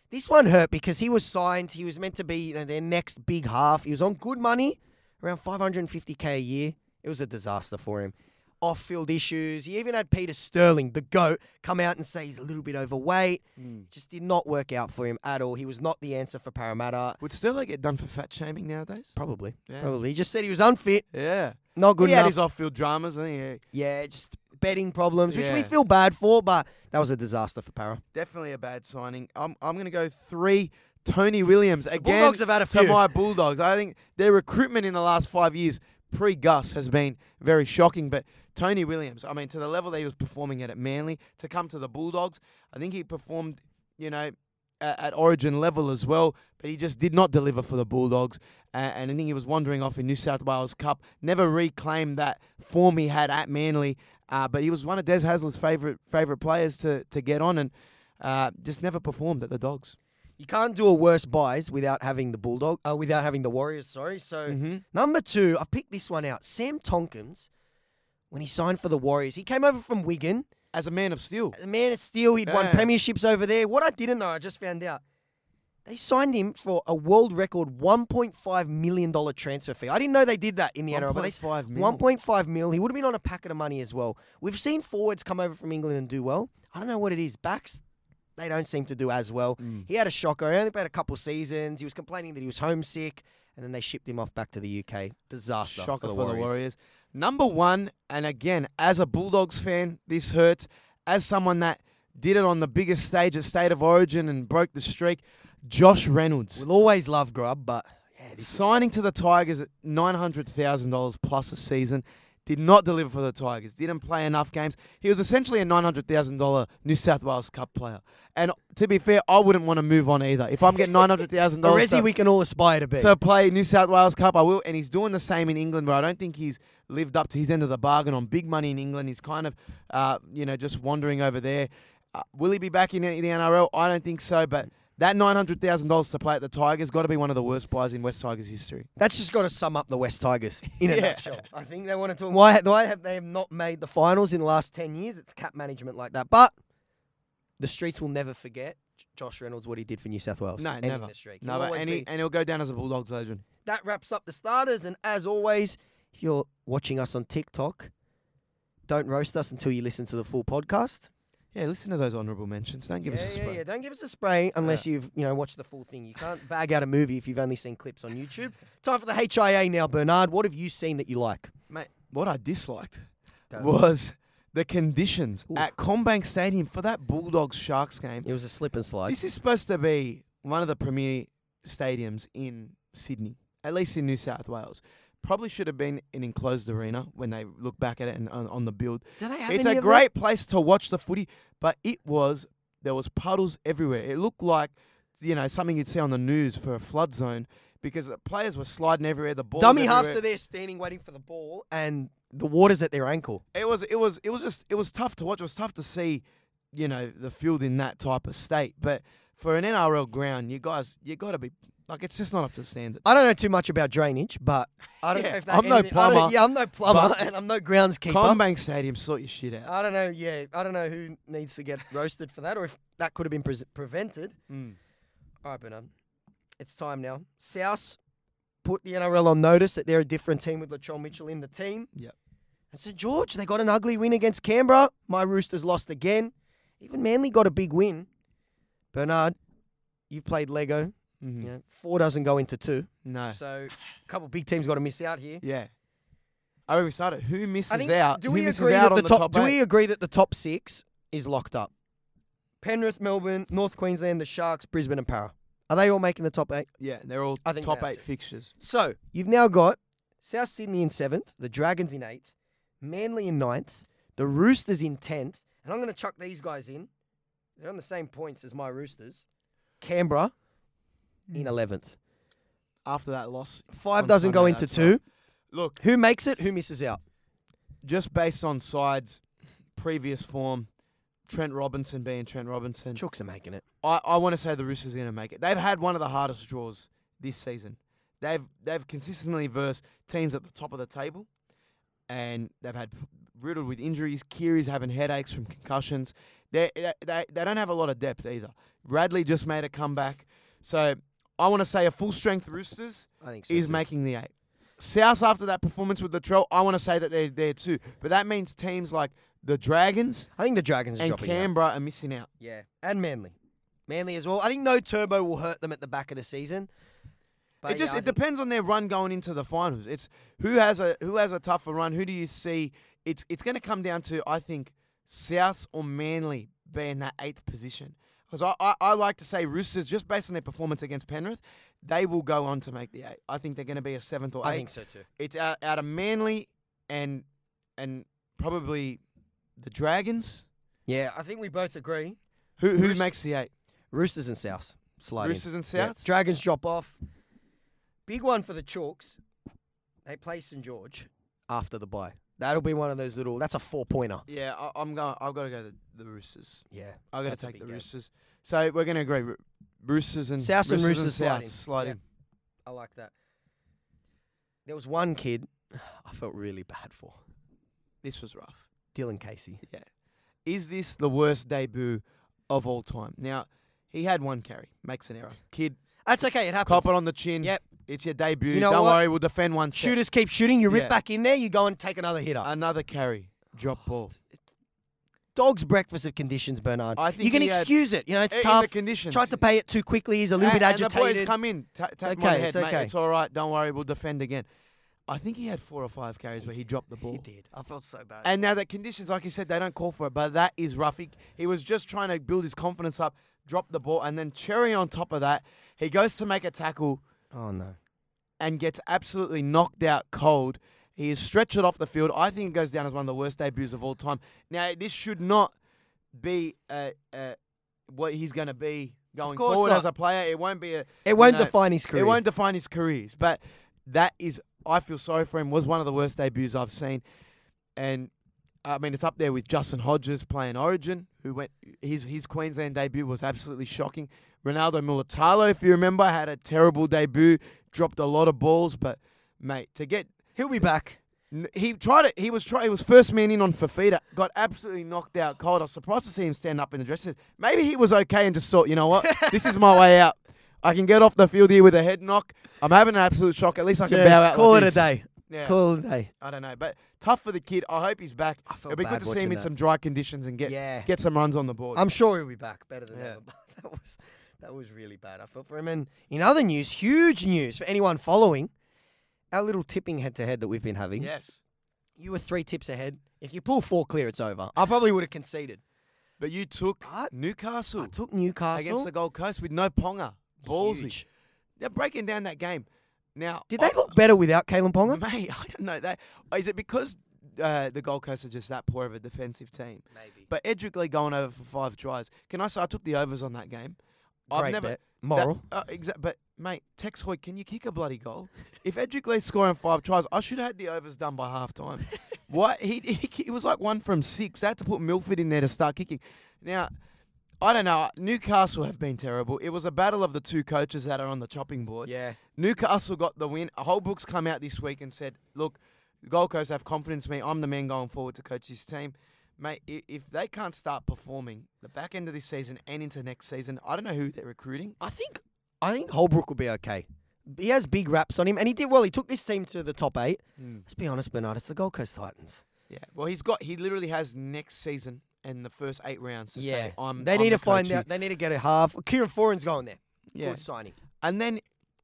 This one hurt because he was signed. He was meant to be their next big half. He was on good money, around 550k a year. It was a disaster for him. Off field issues. He even had Peter Sterling, the GOAT, come out and say he's a little bit overweight.
Hmm.
Just did not work out for him at all. He was not the answer for Parramatta.
Would Sterling get done for fat shaming nowadays?
Probably.
Yeah.
Probably. He just said he was unfit,
Yeah.
not good
he
enough.
had his off-field dramas. I think he-
Yeah, just betting problems, which we
Yeah.
feel bad for, but that was a disaster for Para.
definitely a bad signing. I'm I'm going to go three. Tony Williams again.
Bulldogs have had a
to
few.
my Bulldogs. I think their recruitment in the last five years, pre Gus, has been very shocking. But Tony Williams, I mean, to the level that he was performing at at Manly, to come to the Bulldogs, I think he performed, you know, at, at Origin level as well. But he just did not deliver for the Bulldogs, a- and I think he was wandering off in New South Wales Cup. Never reclaimed that form he had at Manly. Uh, but he was one of Des Hasler's favourite favourite players to, to get on, and uh, just never performed at the Dogs.
You can't do a worse buys without having the Bulldog, uh, without having the Warriors. Sorry. So
Mhm.
number two, I picked this one out. Sam Tonkins, when he signed for the Warriors, he came over from Wigan.
As a man of steel,
The man of steel, he'd won
Yeah.
premierships over there. What I didn't know, I just found out. They signed him for a world record $1.5 million transfer fee. I didn't know they did that in the NRL, but they
1.5 mil.
1.5 mil. He would have been on a packet of money as well. We've seen forwards come over from England and do well. I don't know what it is. Backs, they don't seem to do as well. He had a shocker. He only played a couple seasons. He was complaining that he was homesick, and then they shipped him off back to the UK. Disaster
Shocker
for the Warriors.
Number one, and again, as a Bulldogs fan, this hurts. As someone that did it on the biggest stage at State of Origin and broke the streak, Josh Reynolds.
We'll always love Grub, but yeah, this-
Signing to the Tigers at $900,000 plus a season. Did not deliver for the Tigers. Didn't play enough games. He was essentially a $900,000 New South Wales Cup player. And to be fair, I wouldn't want to move on either. If I'm getting $900,000
a Resi
to-
we can all aspire to be.
to play New South Wales Cup. I will, and he's doing the same in England. Where I don't think he's lived up to his end of the bargain on big money in England. He's kind of, uh, you know, just wandering over there. Uh, will he be back in the the NRL? I don't think so. But that nine hundred thousand dollars to play at the Tigers got to be one of the worst buys in West Tigers history.
That's just got to sum up the West Tigers in a
Yeah.
nutshell. I think they want to talk. Why, why have they have not made the finals in the last 10 years? It's cap management like that. But the streets will never forget J- Josh Reynolds, what he did for New South Wales.
No,
ending
never.
The streak. He'll
No, but
always
and,
be-
he, and he'll go down as a Bulldogs legend.
that wraps up the starters. And as always, if you're watching us on TikTok, don't roast us until you listen to the full podcast.
Yeah, listen to those honourable mentions. Don't give
yeah,
us a
yeah,
spray.
yeah. Don't give us a spray unless you've you know watched the full thing. You can't bag out a movie if you've only seen clips on YouTube. Time for the HIA now, Bernard. What have you seen that you like?
Mate, what I disliked
Go.
was the conditions
Ooh.
at Combank Stadium for that Bulldogs Sharks game.
It was a slip and slide.
Uh, This is supposed to be one of the premier stadiums in Sydney, at least in New South Wales. Probably should have been an enclosed arena when they look back at it and uh, on, on the build.
Do they have
it's
any
a
of
great place to watch the footy, but it was there was puddles everywhere. It looked like you know something you'd see on the news for a flood zone because the players were sliding everywhere. The ball
that?
was
dummy
everywhere.
halves are there standing waiting for the ball, and the water's at their ankle.
it was it was it was just it was tough to watch. It was tough to see, you know, the field in that type of state. But for an NRL ground, you guys, you got to be like it's just not up to standard.
I don't know too much about drainage, but I don't
Yeah,
know if that
I'm no
anything- I don't-
plumber,
Yeah, I'm no plumber,
but-
and I'm no groundskeeper.
Combank Stadium, sort your shit out.
I don't know. Yeah, I don't know who needs to get roasted for that, or if that could have been pres prevented. All right, Bernard, it's time now. South put the NRL on notice that they're a different team with Latrell Mitchell in the team.
Yep.
And St George, they got an ugly win against Canberra. My Roosters lost again. Even Manly got a big win. Bernard, you've played Lego.
Mhm.
You know, four doesn't go into two.
No,
So a couple big teams got to miss out here.
yeah. I already started. Who misses
I think
out?
do
Who
we
misses
agree
out
that
on
the top, do
eight?
we agree that the top 6 is locked up? Penrith, Melbourne, North Queensland, the Sharks, Brisbane and Para. Are they all making the top 8?
Yeah, they're all
I think
top
that's
eight
it.
fixtures.
So, you've now got South Sydney in 7th, the Dragons in 8th, Manly in ninth, the Roosters in 10th, and I'm going to chuck these guys in. They're on the same points as my Roosters. Canberra in 11th.
After that loss,
5
Hmm. On
doesn't go
Sunday,
into
that's
2.
look,
Who makes it? Who misses out?
just based on sides, previous form, Trent Robinson being Trent Robinson.
Chooks are making it.
I, I want to say the Roosters are going to make it. They've had one of the hardest draws this season. They've they've consistently versed teams at the top of the table, and they've had riddled with injuries. Kiri's having headaches from concussions. They they they, they don't have a lot of depth either. Radley just made a comeback, so I want to say a full strength Roosters
I think so.
is
too.
making the eight. South after that performance with Latrell, I want to say that they're there too. But that means teams like the Dragons
I think the Dragons are
and
dropping out.
Canberra are missing out.
Yeah, and Manly, Manly as well. I think no turbo will hurt them at the back of the season. But
it just
yeah, I
it
think-
depends on their run going into the finals. It's who has a who has a tougher run. Who do you see? It's it's going to come down to I think South or Manly being that eighth position. Because I, I, I like to say Roosters just based on their performance against Penrith, they will go on to make the eight. I think they're going to be a seventh or eighth.
I think so too.
It's out, out of Manly and and probably the Dragons.
Yeah, I think we both agree.
Who who
Roosters-
makes the eight?
Roosters and Souths slide in.
Roosters and
Yeah,
Souths.
Dragons drop off. Big one for the Chalks. They play St George after the bye. That'll be one of those little. That's a four pointer.
Yeah, I, I'm going. I've got to go the, the Roosters.
Yeah,
I got to
That's a
take
big
the
game.
Roosters. So we're going to agree. Ro- Roosters and
Souths and Roosters
Roosters
slide
Souths
in.
slide
Yeah.
in.
I like that. There was one kid I felt really bad for,
This was rough.
Dylan Casey.
Is this the worst debut of all time? Now he had one carry, makes an error. Kid,
That's okay. It happens.
cop it on the chin.
Yep.
it's your debut.
You know
Don't
what?
worry, we'll defend one. set.
Shooters keep shooting. You rip
Yeah. Uh,
back in there. You go and take another hitter.
Another carry, drop
Oh,
ball.
Dog's breakfast of conditions, Bernard.
I
you
think
can
he had-
excuse it. You know, it's
In
tough.
the conditions.
Tried to pay it too quickly. He's a little
A-
bit
and The boys
agitated.
come in. Ta- tap him on
okay,
the head,
it's
mate.
okay.
It's all right. Don't worry. We'll defend again. I think he had four or five carries where he dropped the
He
ball.
did. I felt so bad.
And now the conditions, like you said, they don't call for it, but that is rough. He, he was just trying to build his confidence up, drop the ball, and then cherry on top of that, he goes to make a tackle
oh no.
and gets absolutely knocked out cold. He is stretched off the field. I think it goes down as one of the worst debuts of all time. Now, this should not be uh, uh, what he's going to be going
course
forward
not.
as a player. It won't be a
It won't
know,
define his career.
it won't define his careers, but that is, I feel sorry for him. Was one of the worst debuts I've seen, and I mean it's up there with Justin Hodges playing Origin, who went his his Queensland debut was absolutely shocking. Ronaldo Mulatalo, if you remember, had a terrible debut, dropped a lot of balls, but mate, to get
He'll be back.
n- he tried it. He was try. He was first man in on Fafita. Got absolutely knocked out cold. I was surprised to see him stand up in the dressing. room. Maybe he was okay and just thought, you know what, this is my way out. I can get off the field here with a head knock. I'm having an absolute shock. At least I can bow out.
call
like
it
this.
a day.
Yeah,
Call it a day.
I don't know, but tough for the kid. I hope he's back.
I felt
It'll be
bad
good to see him
watching
in
that.
some dry conditions and get
yeah.
get some runs on the board.
I'm sure he'll be back better than
Yeah.
ever. But that was that was really bad. I felt for him. And in other news, huge news for anyone following our little tipping head to head that we've been having.
yes,
You were three tips ahead. If you pull four clear, it's over. I probably would have conceded.
but you took
But
Newcastle
I took Newcastle.
against the Gold Coast with no Ponga. Ballsy.
Huge.
They're breaking down that game. Now,
Did
I-
they look better without Kalen Ponga?
Mate, I don't know that. Is it because uh, the Gold Coast are just that poor of a defensive team?
Maybe.
But Edric Lee going over for five tries. Can I say I took the overs on that game?
Great bet. Moral.
That, uh, exa- but mate, Tex Hoy, can you kick a bloody goal? if Edric Lee's scoring five tries, I should have had the overs done by half time. what he, he he was like one from six. They had to put Milford in there to start kicking. Now, I don't know. Newcastle have been terrible. It was a battle of the two coaches that are on the chopping board.
yeah.
Newcastle got the win. Holbrook's come out this week and said, "Look, Gold Coast have confidence in me. I'm the man going forward to coach this team." Mate, i- if they can't start performing the back end of this season and into next season, I don't know who they're recruiting.
I think I think Holbrook will be okay. He has big raps on him, and he did well. He took this team to the top eight. Let's be honest, Bernard. It's the Gold Coast Titans.
Yeah. Well, he's got. He literally has next season and the first eight rounds to say, "I'm."
they
I'm
need
the
to find
coach here."
out. They need to get a half. Kieran Foran's going there.
Yeah.
Good signing.
And then,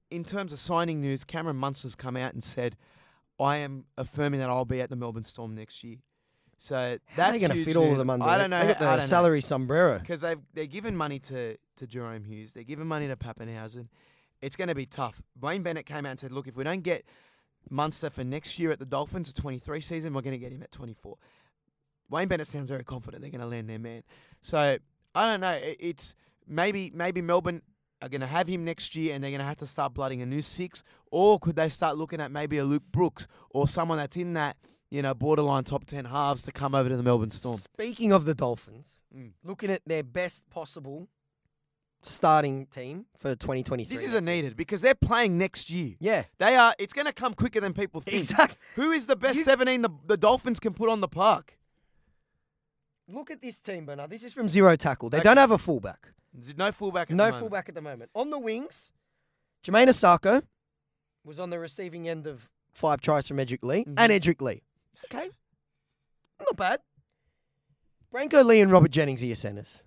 in terms of signing news, Cameron Munster's come out and said, "I am affirming that I'll be at the Melbourne Storm next year." So
How
that's
are they going to
huge
fit all of
news.
them under?
I
that?
don't know.
They got
I
the
don't know.
salary sombrero.
because they've they're giving money to to Jerome Hughes, they're giving money to Pappenhausen. It's going to be tough. Wayne Bennett came out and said, "Look, if we don't get Munster for next year at the Dolphins, the 23 season, we're going to get him at 24." Wayne Bennett sounds very confident they're going to land their man. So I don't know. It, it's maybe maybe Melbourne are going to have him next year, and they're going to have to start blooding a new six, or could they start looking at maybe a Luke Brooks or someone that's in that you know, borderline top 10 halves to come over to the Melbourne Storm.
Speaking of the Dolphins,
Mm.
looking at their best possible starting team for 2023.
This isn't needed because they're playing next year.
Yeah,
They are. It's going to come quicker than people think.
exactly.
Who is the best
You-
17 the, the Dolphins can put on the park?
Look at this team, Bernard. This is from zero tackle. They
Okay.
don't have a fullback.
There's No fullback. At
no
the moment.
fullback at the moment. On the wings, Jermaine Asako was on the receiving end of five tries from Edric Lee
Mm-hmm.
and Edric Lee. Okay, not bad. Branko Lee and Robert Jennings are your centers.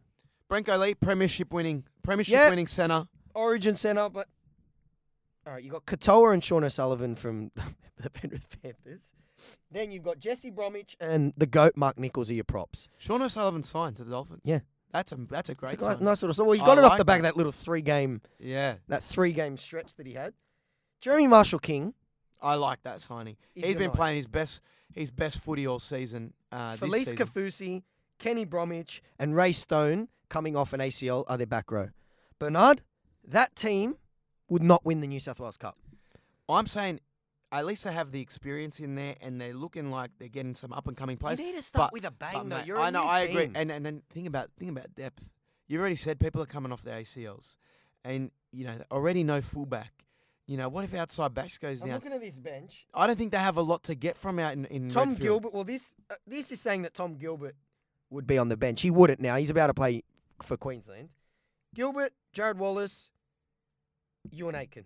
Branko Lee, premiership winning, premiership
Yeah.
winning center.
Origin center, but all right, you got Katoa and Sean O'Sullivan from the Penrith Panthers. Then you've got Jesse Bromwich and the goat Mark Nichols are your props.
Sean O'Sullivan signed to the Dolphins.
Yeah.
that's a that's a great
it's a
sign.
nice little. So well, you
I
got it off
like
the back of
that.
that little three game,
Yeah,
that three game stretch that he had. Jeremy Marshall King.
I like that signing.
He's
he's been
your nine.
playing his best his best footy all season. Uh,
Felice
this season.
Kafusi, Kenny Bromwich, and Ray Stone coming off an ACL are their back row. Bernard, that team would not win the New South Wales Cup.
I'm saying, at least they have the experience in there, and they're looking like they're getting some up and coming players.
need to
start But-
with a
But, mate, I know, I agree. And and then think about think about depth. You've already said people are coming off their ACLs, and you know already no fullback. You know what if outside backs goes
I'm
down?
looking at this bench.
I don't think they have a lot to get from out in, in
Tom
midfield.
Gilbert. Well, this uh, this is saying that Tom Gilbert would be on the bench. He wouldn't now. He's about to play for Queensland. Gilbert, Jared Wallace, Ewan Aiken.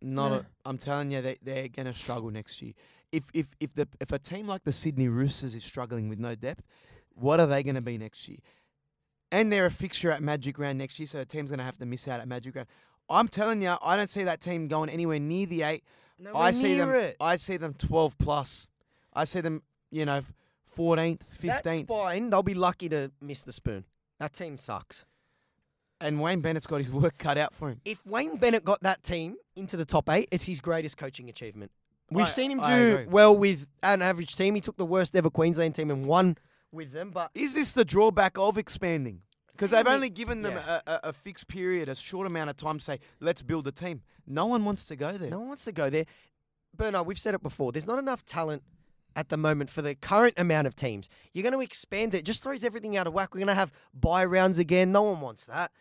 Not.
No.
A, I'm telling you, they they're gonna struggle next year. If if if the if a team like the Sydney Roosters is struggling with no depth, what are they gonna be next year? And they're a fixture at Magic Round next year, so the team's gonna have to miss out at Magic Round. I'm telling you, I don't see that team going anywhere near the eight.
No,
I see them. I see them 12 plus. I see them. You know, 14th,
That
15th,
spine, they'll be lucky to miss the spoon. That team sucks.
and Wayne Bennett's got his work cut out for him.
if Wayne Bennett got that team into the top eight, it's his greatest coaching achievement. We've
I-
seen him
I
do
agree.
well with an average team. He took the worst ever Queensland team and won with them, but
Is this the drawback of expanding? Because
Yeah,
they've
I mean-
only given them
yeah.
a, a, a fixed period, a short amount of time. to Say, let's build a team. No one wants to go there.
no one wants to go there. Bernard, we've said it before. There's not enough talent at the moment for the current amount of teams. You're going to expand it. it Just throws everything out of whack. We're going to have buy rounds again. No one wants that.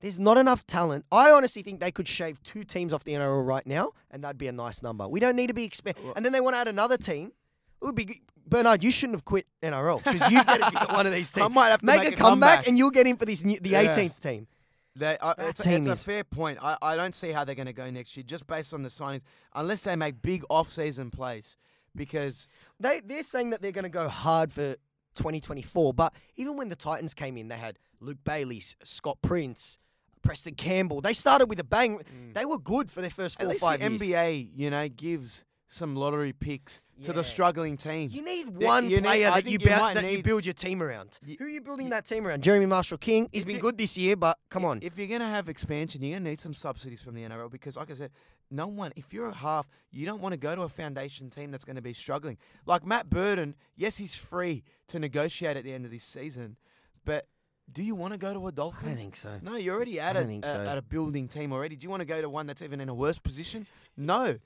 There's not enough talent. I honestly think they could shave two teams off the NRL right now, and that'd be a nice number. We don't need to be expand. And then they want to add another team. It would be g- Bernard. You shouldn't have quit NRL because you better get one of these
I
teams.
might have to
make,
make
a
a
comeback,
comeback.
and you'll get in for this new, the
Yeah.
18th team.
They, I,
That
it's, a-
team
it's a
is-
fair point. I, I don't see how they're going to go next year, just based on the signings, unless they make big off-season plays. Because
They they're saying that they're going to go hard for 2024, but even when the Titans came in, they had Luke Bailey, S- Scott Prince, Preston Campbell. They started with a bang. They were good for their first
Mm. at
four or
least
five
the
years.
NBA, you know, gives some lottery picks to
Yeah.
the struggling team.
You need
Th-
one
you need-
player
I
that, you,
think
bou-
you might
that you
need-
build your team around.
Y-
Who are you building that team around? Jeremy Marshall King. He's been
you-
good this year, but come on.
If you're going to have expansion, you're going to need some subsidies from the NRL because, like I said, no one, if you're a half, you don't want to go to a foundation team that's going to be struggling. Like Matt Burden, yes, he's free to negotiate at the end of this season, but do you want to go to a Dolphins?
I don't think so.
No, you're already at,
don't
a,
think
a-
so.
at a building team already. Do you want to go to one that's even in a worse position? No.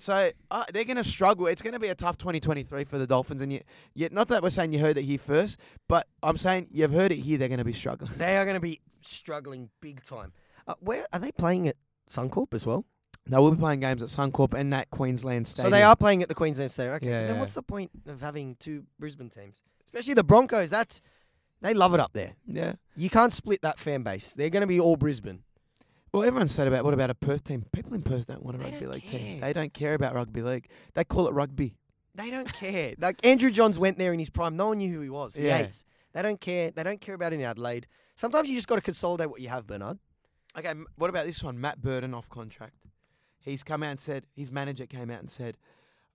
So uh, they're going to struggle. It's going to be a tough 2023 for the Dolphins. And yet, yet, not that we're saying you heard it here first, but I'm saying you've heard it here. They're going to be struggling.
They are going to be struggling big time. Uh, where are they playing at Suncorp as well?
No, we'll be playing games at Suncorp and that Queensland Stadium.
So they are playing at the Queensland Stadium. Okay. 'cause
Yeah,
Then
yeah.
what's the point of having two Brisbane teams, especially the Broncos? That's they love it up there.
Yeah.
You can't split that fan base. They're going to be all Brisbane.
Well, everyone said about what about a Perth team? People in Perth don't want a
They
rugby
don't
league
care.
team. They don't care about rugby league. They call it rugby.
They don't care. like Andrew Johns went there in his prime. No one knew who he was. The
Yeah.
eighth. They don't care. They don't care about in Adelaide. Sometimes you just got to consolidate what you have, Bernard.
Okay, m- what about this one? Matt Burden off contract. He's come out and said his manager came out and said,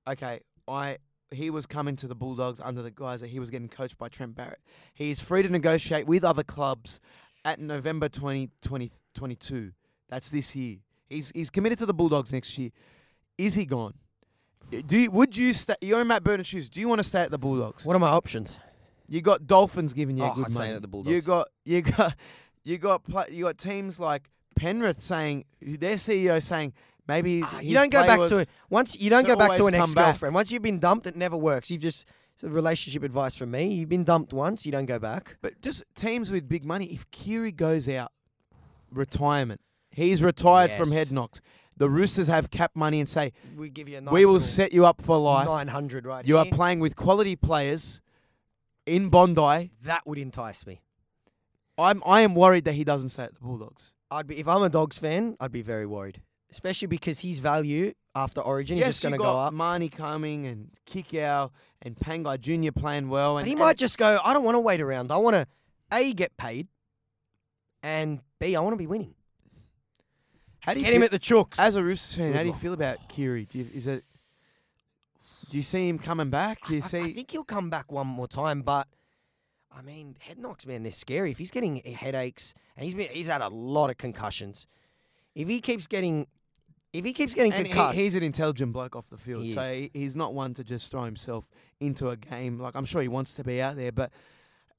"Okay, I he was coming to the Bulldogs under the guise that he was getting coached by Trent Barrett. He is free to negotiate with other clubs at November 2022. That's this year. He's he's committed to the Bulldogs next year. Is he gone? Do you, would you stay? You're in Matt Burden's shoes. Do you want to stay at the Bulldogs?
What are my options?
You got Dolphins giving you
Oh,
a good
I'd say
money.
that the Bulldogs.
You got you got you got pla you got teams like Penrith E saying their CEO saying Maybe his,
Ah,
his
you don't go
play
back
was-
to it. Once you don't
to
go back to an
always come
ex
back.
girlfriend. Once you've been dumped, it never works. You've just it's a relationship advice from me. You've been dumped once, you don't go back.
But just teams with big money. If Kiri goes out, retirement. He's retired from
Yes.
head knocks. The Roosters have cap money and say,
We give you a
we will set you up for life.
nine hundred right
You are
here.
playing with quality players in Bondi.
that would entice me.
I'm I am worried that he doesn't stay at the Bulldogs.
I'd be if I'm a Dogs fan, I'd be very worried, especially because his value after Origin is just going to
you
go
got
up.
Marnie coming and Kikau and Pangai Junior playing well, and
But he might just go. I don't want to wait around. I want to a get paid, and b I want to be winning.
how do you
Get him
feel-
at the chooks.
as a Roosters fan?
Good
How do you
luck.
feel about Kiri? Do you, is it? Do you see him coming back? Do you
I-
see?
I, think he'll come back one more time, but I mean, head knocks, man, they're scary. If he's getting eh, headaches, and he's been, he's had a lot of concussions. If he keeps getting, if he keeps getting
and he-
concussed,
he's an intelligent bloke off the field,
He
so
is.
he, he's not one to just throw himself into a game. Like I'm sure he wants to be out there, but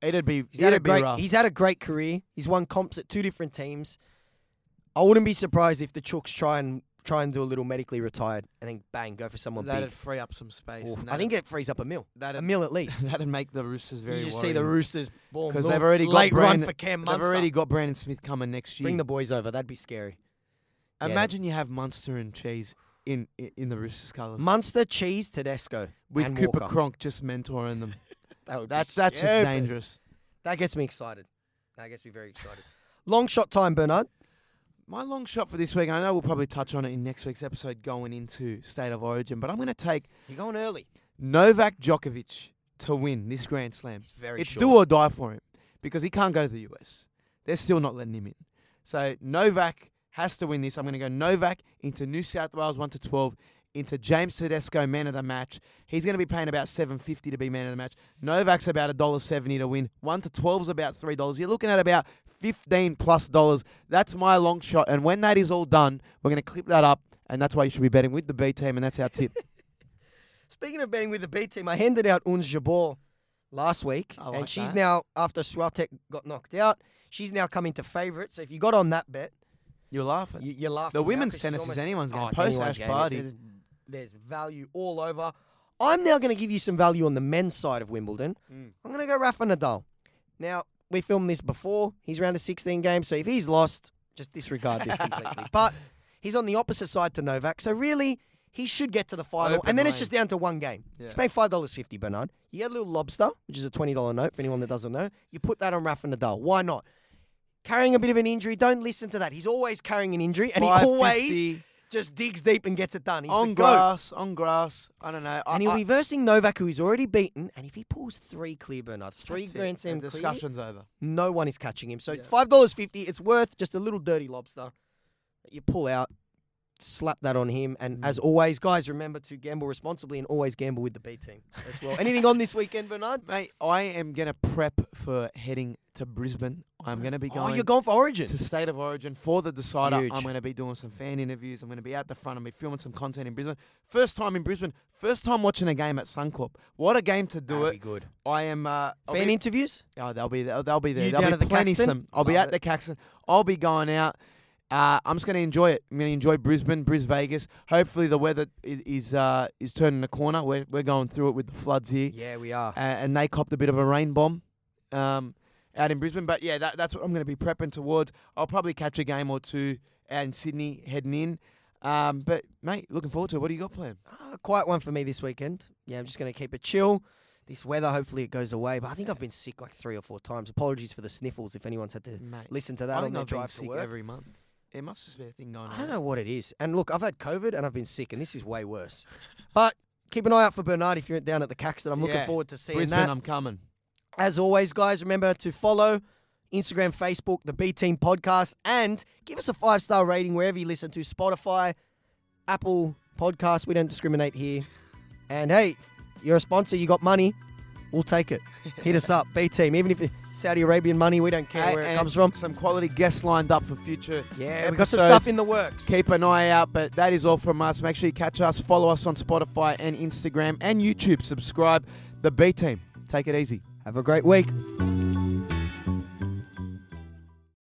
it'd be
he's had a
it'd be
great,
rough.
he's had a great career. He's won comps at two different teams. I wouldn't be surprised if the Chooks try and try and do a little medically retired, and then bang, go for someone
That'd
big.
free up some space.
Oof.
and
I think
that'd-
it frees up a mil, a
that'd
mil at least.
that'd make the Roosters very.
you just see the
worrying.
Roosters boom,
'Cause
boom,
they've already got
late run
Brandon-
for Cam
They've
Munster.
already got Brandon Smith coming next year.
Bring the boys over. That'd be scary. yeah.
Imagine you have Munster and Cheese in in, in the Roosters colours
Munster, Cheese, Tedesco
with
and
Cooper
Walker.
Cronk just mentoring them.
That would be
That's that's just
stupid.
dangerous.
That gets me excited. That gets me very excited. Long shot time, Bernard.
My long shot for this week. I know we'll probably touch on it in next week's episode going into State of Origin, but I'm going to take
You're going early.
Novak Djokovic to win this Grand Slam.
It's very
It's
short.
do or die for him because he can't go to the US. They're still not letting him in. So Novak has to win this. I'm going to go Novak into New South Wales one to twelve into James Tedesco man of the match. He's going to be paying about seven fifty to be man of the match. Novak's about a dollar seventy to win. One to twelve is about three dollars. You're looking at about fifteen plus dollars. That's my long shot. And when that is all done, we're going to clip that up. And that's why you should be betting with the B team. And that's our tip.
Speaking of betting with the B team, I handed out Unz Jabor last week,
I like
and she's
that.
now after Swiatek got knocked out. She's now come into favourite. So if you got on that bet,
You're laughing.
you, you're laughing.
the
now
women's
'cause she's
tennis
almost-
is anyone's game.
Oh, it's
Post
anyone's
Ash
game. It's-
Barty.
it's- There's value all over. I'm now going to give you some value on the men's side of Wimbledon.
Mm.
I'm going to go Rafa Nadal. Now, we filmed this before. He's round a 16 game, so if he's lost, just disregard this completely. But he's on the opposite side to Novak, so really, he should get to the final.
Open
and then it's
lane.
just down to one game.
Yeah.
Just pay $5.50, Bernard. You get a little lobster, which is a $20 note for anyone that doesn't know. You put that on Rafa Nadal. Why not? Carrying a bit of an injury, don't listen to that. He's always carrying an injury, and he always
550.
just digs deep and gets it done. He's the
on
goat.
grass, on grass. I don't know. I,
And he'll
I-
be versing Novak, who he's already beaten. And if he pulls three clear, Bernard, three
that's it.
Grand Slam
The
clear,
discussion's over.
no one is catching him. So
Yeah.
five dollars fifty. It's worth just a little dirty lobster that you pull out, slap that on him. And
Mm.
as always, guys, remember to gamble responsibly and always gamble with the B team as well. Anything on this weekend, Bernard?
Mate, I am going to prep for heading to Brisbane. I'm going to be
Oh,
going
you're going for Origin.
to State of Origin for the decider.
Huge.
I'm going to be doing some fan interviews. I'm going to be out the front. I'm going to be filming some content in Brisbane. First time in Brisbane. First time watching a game at Suncorp. What a game to do
That'd
it.
be good.
I am. Uh, I'll
Fan
be-
interviews.
Oh, they'll be there. They'll be there.
You
they'll
down
be
at the
plenty
Caxton?
some. I'll be
Love
at
it.
the Caxton. I'll be going out. Uh, I'm just going to enjoy it. I'm going to enjoy Brisbane, Bris Vegas. Hopefully the weather is is, uh, is turning the corner. We're we're going through it with the floods here,
Yeah, we are.
uh, and they copped a bit of a rain bomb um, out in Brisbane. But yeah, that, that's what I'm going to be prepping towards. I'll probably catch a game or two out in Sydney heading in. Um, but mate, looking forward to it. What do you got planned?
Uh, quiet one for me this weekend. Yeah, I'm just going to keep it chill. This weather, hopefully, it goes away. But I think I've been sick like three or four times. Apologies for the sniffles if anyone's had to
Mate,
listen to that
I
on
think
their
Mm. I've been
drive to
sick
work.
every month. It must just be a thing going on.
I don't know what it is. And look, I've had COVID and I've been sick, and this is way worse. But keep an eye out for Bernard if you're down at the Caxton. I'm looking
Yeah.
forward to seeing
Brisbane,
that.
I'm coming.
As always, guys, remember to follow Instagram, Facebook, the B Team Podcast, and give us a five star rating wherever you listen to Spotify, Apple Podcasts. We don't discriminate here. And hey, you're a sponsor, you got money, we'll take it. Hit us up, B Team. Even if it's Saudi Arabian money, we don't care
Hey,
where it
and
comes from.
Some quality guests lined up for future.
Yeah, we got some
episodes.
stuff in the works.
Keep an eye out, but that is all from us. Make sure you catch us, follow us on Spotify and Instagram and YouTube. Subscribe. The B Team. Take it easy.
Have a great week.